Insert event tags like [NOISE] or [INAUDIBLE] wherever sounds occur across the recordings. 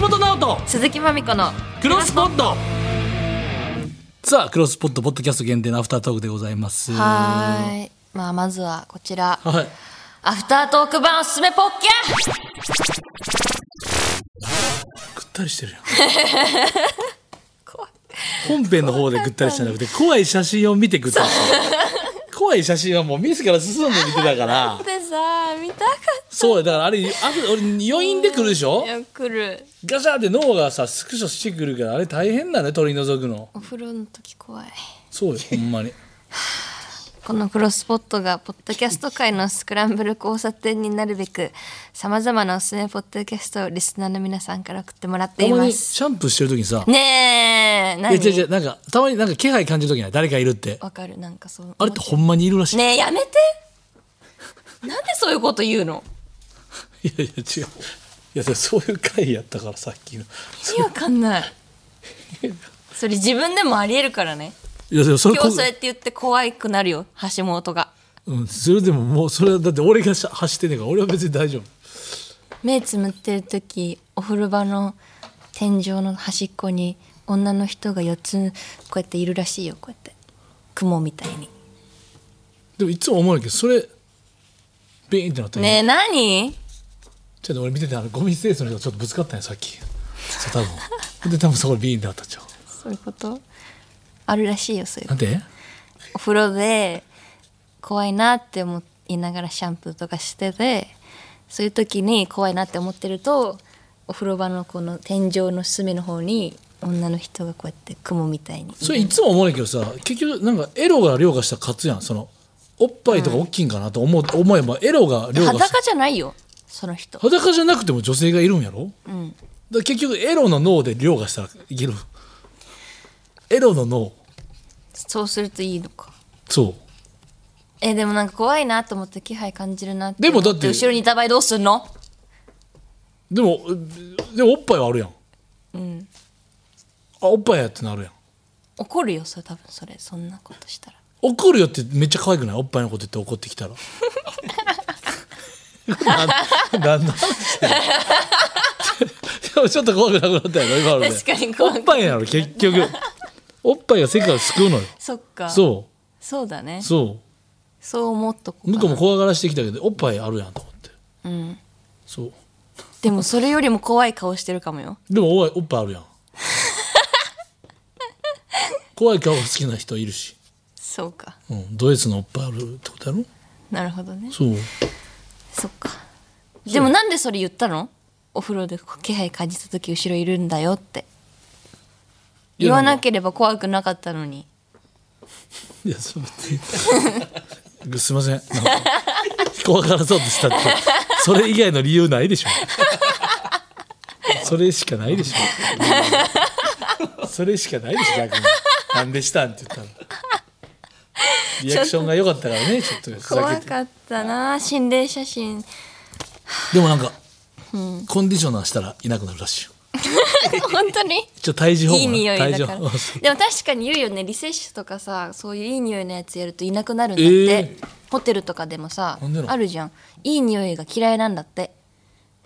橋本直人鈴木まみこのクロスポットさあクロスポットポッドキャスト限定のアフタートークでございますはいまあまずはこちらはいアフタートーク版おすすめポッキャぐったりしてるよ [LAUGHS] 怖い本編の方でぐったりしてなくて怖い写真を見てぐったりしてる怖い写真はもう自ら進んで見てたからでさ見たかっそうやだからあれあ俺余韻でくるでしょたよ来るガシャって脳がさスクショしてくるからあれ大変だね取り除くのお風呂の時怖いそうよほんまにこのクロスポットがポッドキャスト界のスクランブル交差点になるべくさまざまなおすすめポッドキャストをリスナーの皆さんから送ってもらっていほんままにすシャンプーしてる時にさねえいや違う違何うなんかたまになんか気配感じる時ない誰かいるってわかるなんかそうあれってほんまにいるらしい、ねえやめてなんでそういうこと言うのいやいや違ういやでもそういう回やったからさっきの意味わかんないそれ自分でもありえるからねいやでもそれ今こ日そうやって言って怖くなるよ橋本がうん、それでももうそれはだって俺がしゃ走ってんねんから俺は別に大丈夫目つむってる時お風呂場の天井の端っこに女の人が4つこうやっているらしいよこうやって雲みたいにでもいつも思うんだけどそれビーンってなったねえ何ちょっと俺見ててあのゴミ清掃の人がちょっとぶつかったんやさっきそう多分で多分そこでビーンってなったんちゃうそういうことあるらしいよそういうなんでお風呂で怖いなって思いながらシャンプーとかしててそういう時に怖いなって思ってるとお風呂場のこの天井の隅の方に女の人がこうやって雲みたいにそれいつも思うねんけどさ結局なんかエロが凌駕したら勝つやんそのおっぱいとか大きいんかなと思う、思えばエロが凌駕した裸じゃないよその人裸じゃなくても女性がいるんやろ、んだから結局エロの脳で凌駕したらいけるエロの脳そうするといいのかそうえでもなんか怖いなと思って気配感じるなってでもだって思後ろにいた場合どうすんのでもでもおっぱいはあるやんうんあおっぱいやってなるやん怒るよそれ多分それそんなことしたら怒るよってめっちゃ可愛くないおっぱいのこと言って怒ってきたら [LAUGHS] なんなんの話してんの [LAUGHS] でもちょっと怖くなくなったやろ今ので確かにお怖くっぱいやろ結局おっぱいが世界を救うのよそっかうそそうだねうそそう思っとこうう向こうかなも怖がらしてきたけどおっぱいあるやんと思ってうんそうでもそれよりも怖い顔してるかもよ。でもおいおっぱいある [LAUGHS] やん怖い顔が好きな人いるし、そうか。うん、ド S のおっぱいあるってことやろなるほどね。そうそっか。でもなんでそれ言ったのお風呂で気配感じた時後ろいるんだよって。いや言わなければ怖くなかったのに。いやそう別にすいませんなんか怖がらそうとしたってそれ以外の理由ないでしょそれしかないでしょそれしかないでしょ逆に「なんでしたん?」って言ったらリアクションが良かったからねちょっとふざ怖けてかったな心霊写真。でもなんか、コンディショナーしたらいなくなるらしいよ [LAUGHS] 本当にちょっと胎児保護いい匂い胎だ児から。保 [LAUGHS] で護も確かに言うよねリセッシュとかさそういういい匂いのやつやるといなくなるんだって。えホテルとかでもさなんでなんあるじゃん。いい匂いが嫌いなんだって。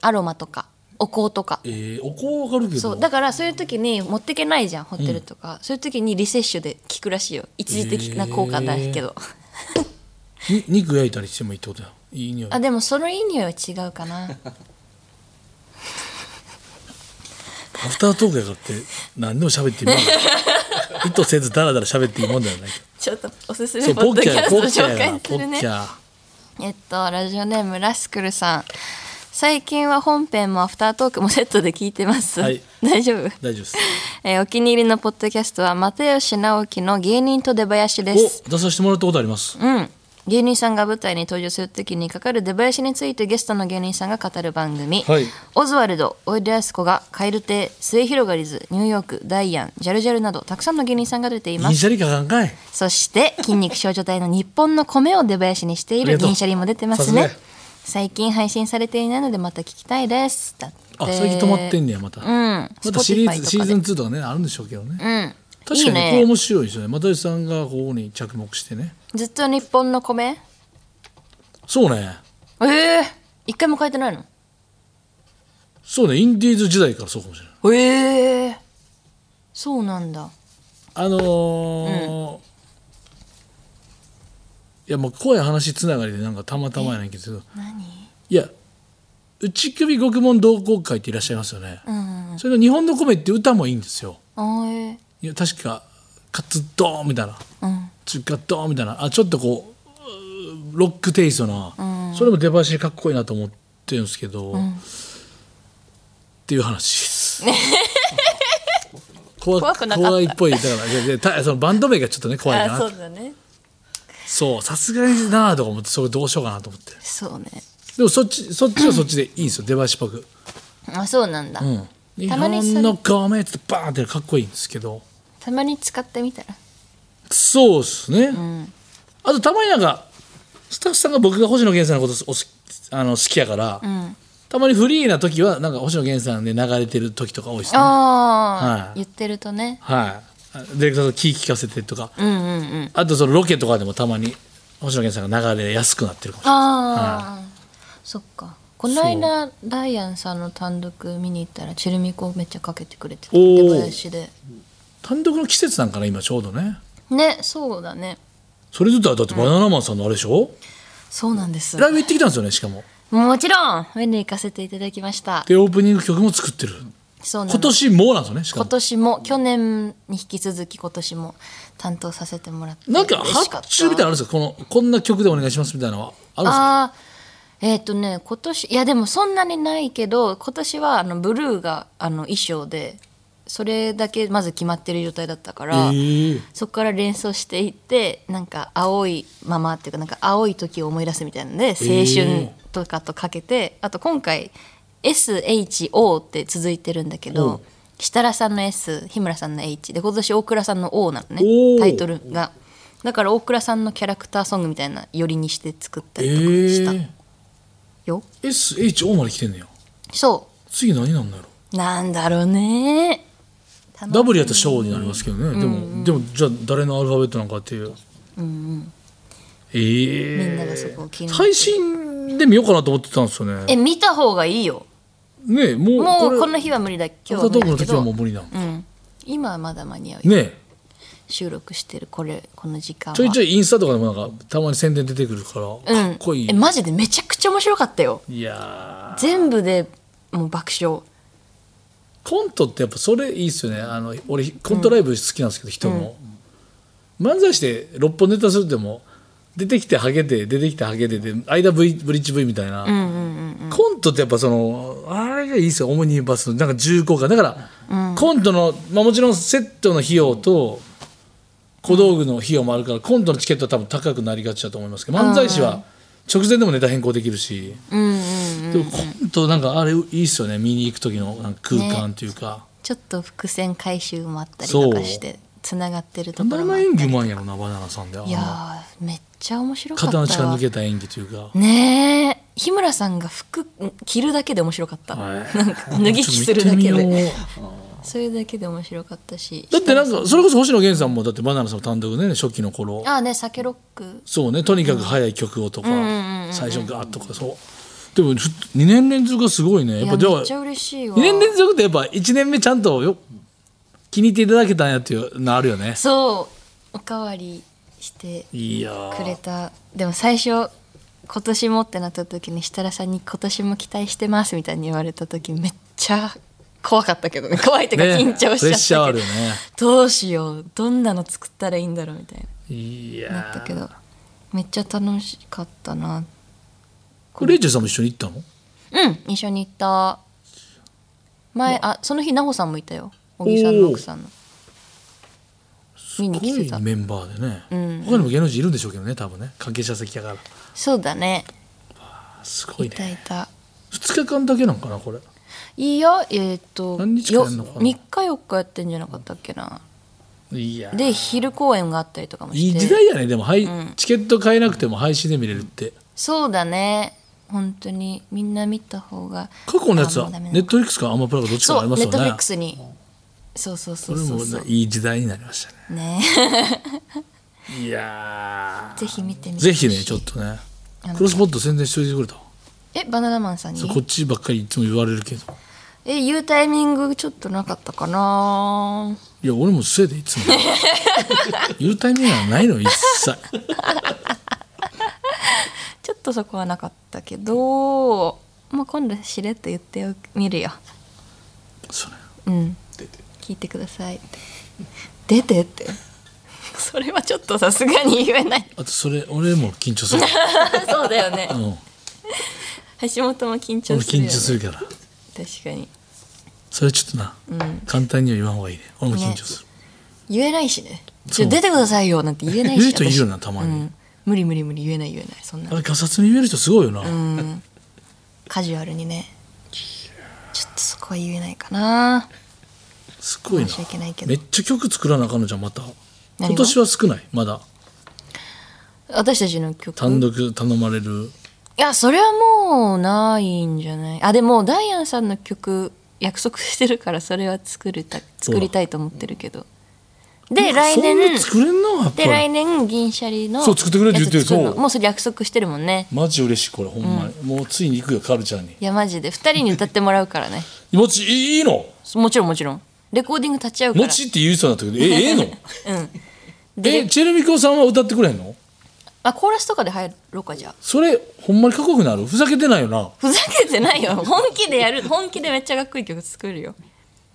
アロマとかお香とか。えー、お香わかるけどそうだからそういう時に持ってけないじゃんホテルとか、そういう時にリセッシュで効くらしいよ一時的な効果だけど、に肉焼いたりしてもいいってことやいい匂いあでもそのいい匂いは違う [LAUGHS] かなアフタートークやからって何でも喋っていいもんだよ [LAUGHS] 意図せずダラダラ喋っていいもんではないちょっとおすすそめうポッポドッキキャャスやトポッキャ紹介やすポるッねキャえっとラジオネームラスクルさん最近は本編もアフタートークもセットで聞いてます、はい大丈夫 [LAUGHS] 大丈夫ですえーお気に入りのポッドキャストは又吉直樹の芸人と出囃子ですお出させてもらったことありますうん。芸人さんが舞台に登場するときにかかる出囃子についてゲストの芸人さんが語る番組、はいオズワルドおいでやすこが蛙亭末広がりずニューヨークダイアンジャルジャルなどたくさんの芸人さんが出ていま銀すシャリかかんかいそして筋肉少女隊の日本の米を出囃子にしていありるがとう銀シャリも出てまさすすがねや最近配信されていないのでまた聞きたいですだってあ最近止まってんねやまた、うんまたシリー Spotify とかズシーでズン2とかねあるんでしょうけどね、うん確かにこいいれね面白いですよね又吉さんがここに着目してねずっと日本の米そうねええ一回も書いてないのそうねインディーズ時代からそうかもしれないええそうなんだあのーいやもう怖い話つながりでなんかたまたまやねんけど何いや内首獄門同好会っていらっしゃいますよね、うんそれの「日本の米」って歌もいいんですよあえいや確かカツドーンみたいなうんツカドーンみたいなあちょっとこううーロックテイストな、それも出囃子でかっこいいなと思ってるんですけど、っていう話です。 [LAUGHS] 怖怖くなかった怖いっぽいだからいやいやたそのバンド名がちょっとね怖いあなそうだねそうさすがになあとか思ってそれどうしようかなと思ってそうねでもそっちそっちはそっちでいいんですよ出囃子っぽく、あそうなんだ、うん、日たまにそれ本の米ってバーンってかっこいいんですけどたまに使ってみたらそうですね、あとたまになんかスタッフさんが僕が星野源さんのことお好きあの好きやから、たまにフリーな時はなんか星野源さんで流れてる時とか多いですねはいああ、はい言ってるとねあディレクターと気聞かせてとか、うんうんうんあとそのロケとかでもたまに星野源さんが流れやすくなってるかもしれないああ、そっかこの間ダイアンさんの単独見に行ったらチェルミコめっちゃかけてくれてたおー出囃子で単独の季節なんかな今ちょうどねねそうだねそれで言ったらだってバナナマンさんのあれでしょ、そうなんですライブ行ってきたんですよねしかももちろん見に行かせていただきましたでオープニング曲も作ってるそうな今んです年もなんですよねしか今も年も去年に引き続き今年も担当させてもらってなんか嬉しかった発注みたいなのあるんですかこのこんな曲でお願いしますみたいなのはあるんですかあーえっ、とね今年いやでもそんなにないけど今年はあのブルーがあの衣装でそれだけまず決まってる状態だったから、ええそこから連想していってなんか青いままっていうかなんか青い時を思い出すみたいなので青春とかとかけて、あと今回 SHO って続いてるんだけおどう設楽さんの S 日村さんの H で今年大倉さんの O なのおねうタイトルがだから大倉さんのキャラクターソングみたいな寄りにして作ったえりとかしたー、よ、 SHO まで来てんねやそ次何なんだろうなんだろうねう W やったらショーになりますけどね、でもでもじゃあ誰のアルファベットなんかっていう、ええみんながそこを気になって配信で見ようかなと思ってたんですよねえ見た方がいいよねえもうもうこれの日は無理だ今日アはフター無トークの理だけ時はどもう無理なのうん、今はまだ間に合うよ、ねえ収録してるこれこの時間はちょいちょいインスタとかでもなんかたまに宣伝出てくるから、うんかっこいいえマジでめちゃくちゃ面白かったよいやー全部でもう爆笑コントってやっぱそれいいっすよねあの俺コントライブ好きなんですけど、人の、漫才師で6本ネタするっても出てきてハゲて出てきてハゲてで間 v ブリッジ V みたいな、コントってやっぱそのあれがいいっすよオムニバスのなんか重厚感だから、コントの、まあ、もちろんセットの費用と小道具の費用もあるからコントのチケットは多分高くなりがちだと思いますけど漫才師は直前でもネタ変更できるし。うんうんうんでもコントなんかあれいいっすよね見に行く時のなんか空間というか、ちょっと伏線回収もあったりとかしてつながってるとこバナろもあナっ演た技うりまいんやろなバナナさんであのいやーめっちゃ面白かった肩わの力抜けた演技というかねえ日村さんが服着るだけで面白かった、はいなんか脱ぎ着する [LAUGHS] だちけょっと見てみでよそれだけで面白かったしうだってなんかそれこそ星野源さんもだってバナナさんの単独ね初期の頃ああね酒ロックそうねとにかく速い曲をとか、ん最初ガーッとかそうでもふ2年連続がすごいねやいっやぱじゃあめっちゃ2嬉しいわ年連続ってやっぱ1年目ちゃんとよ気に入っていただけたんやっていうのあるよねそうおかわりしていやーくれたでも最初今年もってなった時に設楽さんに「今年も期待してます」みたいに言われた時めっちゃ怖かったけどね怖いっていうかね緊張プレッしシちャーゃったあけるよど、ねどうしようどんなの作ったらいいんだろうみたいいやなーなったけどめっちゃ楽しかったなこれレイチェルさんも一緒に行ったのうん一緒に行った前あその日奈穂さんもいたよ小木さんの奥さんの見に来てすたごいメンバーでね、うん他にも芸能人いるんでしょうけどね多分ね関係者席やからそうだねあすごいいねたいた2日間だけなんかなこれいやえっ、と何日間やんのかな3日4日やってんじゃなかったっけないやーで昼公演があったりとかもしていい時代やねでも、はいチケット買えなくても配信で見れるってそうだね本当にみんな見た方が過去のやつはあもうダメなネットフリックスかアマプラかどっちかそあうりますネよッねトフリックスにそうそうそうそうこそれうもいい時代になりましたねねいやー [LAUGHS] ぜひ見てみてぜひねちょっとねあのクロスポット宣伝しといてくれたわえバナナマンさんにそうこっちばっかりいつも言われるけどえ言うタイミングちょっとなかったかないや俺もせいでいつも [LAUGHS] 言うタイミングはないの一切ちょっとそこはなかったけど、まあ、今度しれっと言っておくみるよそれうん出て聞いてくださいって出てって [LAUGHS] それはちょっとさすがに言えないあとそれ俺も緊張する、 [LAUGHS] そうだよねうん、俺橋本も緊張する緊よ、ね、張するから確かにそれちょっとな、ん簡単には言わんほうがいいね俺も緊張する、言えないしねちそょう出てくださいよなんて言えないし言う人いるよな私たまにうん無理無理無理言えない言えないそんなあれガサツに言える人すごいよな、うんカジュアルにねちょっとそこは言えないかなすごいな申し訳ないけどめっちゃ曲作らなあかんのじゃんまたが今年は少ないまだ私たちの曲単独頼まれるいやそれはもうないんじゃないあでもダイアンさんの曲約束してるからそれは作りた作りたいと思ってるけどで来そん年な作れんなやっぱで来り年銀シャリのそう作ってくれって言ってるやつ作のそうもうそれ約束してるもんねマジ嬉しいこれほんまに、もうついに行くよカルチャーにいやマジで二人に歌ってもらうからねもちいいいいのもちろんもちろんレコーディング立ち会うからもちって言いそうになったけどええ [LAUGHS] えのでえチェルミコさんは歌ってくれんのあコーラスとかで入ろうかじゃあそれほんまにかっこよくなるふざけてないよなふざけてないよ本気でやる本気でめっちゃかっこいい曲作るよ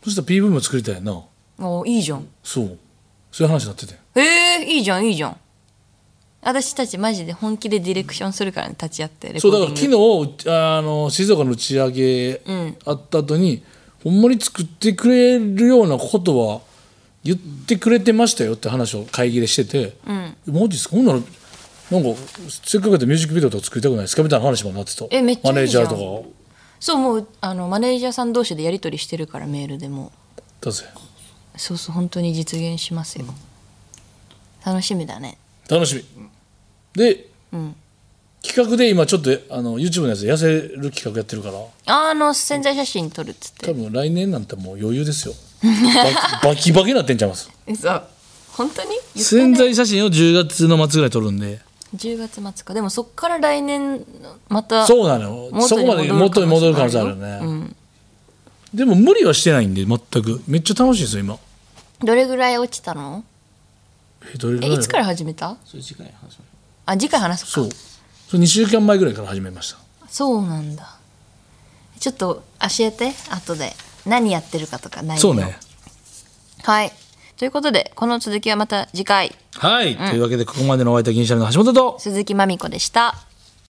そしたら PV も作りたいよなもういいじゃんそうそういう話になっててえー、いいじゃんいいじゃん私たちマジで本気でディレクションするからね立ち会ってレコそーうだデかィンらグ昨日あの静岡の打ち上げあった後に、ほんまに作ってくれるようなことは言ってくれてましたよって話を会議でしてて「マジですかほんならなんかせっかくやったらミュージックビデオとか作りたくないですか?」みたいな話もなってたえめっちゃいいマネージャーとじゃんかそうもうあのマネージャーさん同士でやり取りしてるからメールでもだぜそうそう本当に実現しますよ、楽しみだね楽しみで、企画で今ちょっとあの YouTube のやつで痩せる企画やってるからあの潜在写真撮るっつって多分来年なんてもう余裕ですよババキバキなってんちゃいます嘘本当に言った潜ね在写真を10月の末ぐらい撮るんで10月末かでもそっから来年またそうなのよそ元こにまで元に戻る可能性あるよね、でも無理はしてないんで全くめっちゃ楽しいですよ今どれぐらい落ちたのえどれぐえらいいつから始めたそれ次回話しましょあ次回話すかそうそれ2週間前ぐらいから始めましたそうなんだちょっと教えて後で何やってるかとかないそうねはいということでこの続きはまた次回はい、というわけでここまでのお相手は銀シャリの橋本と鈴木まみこでした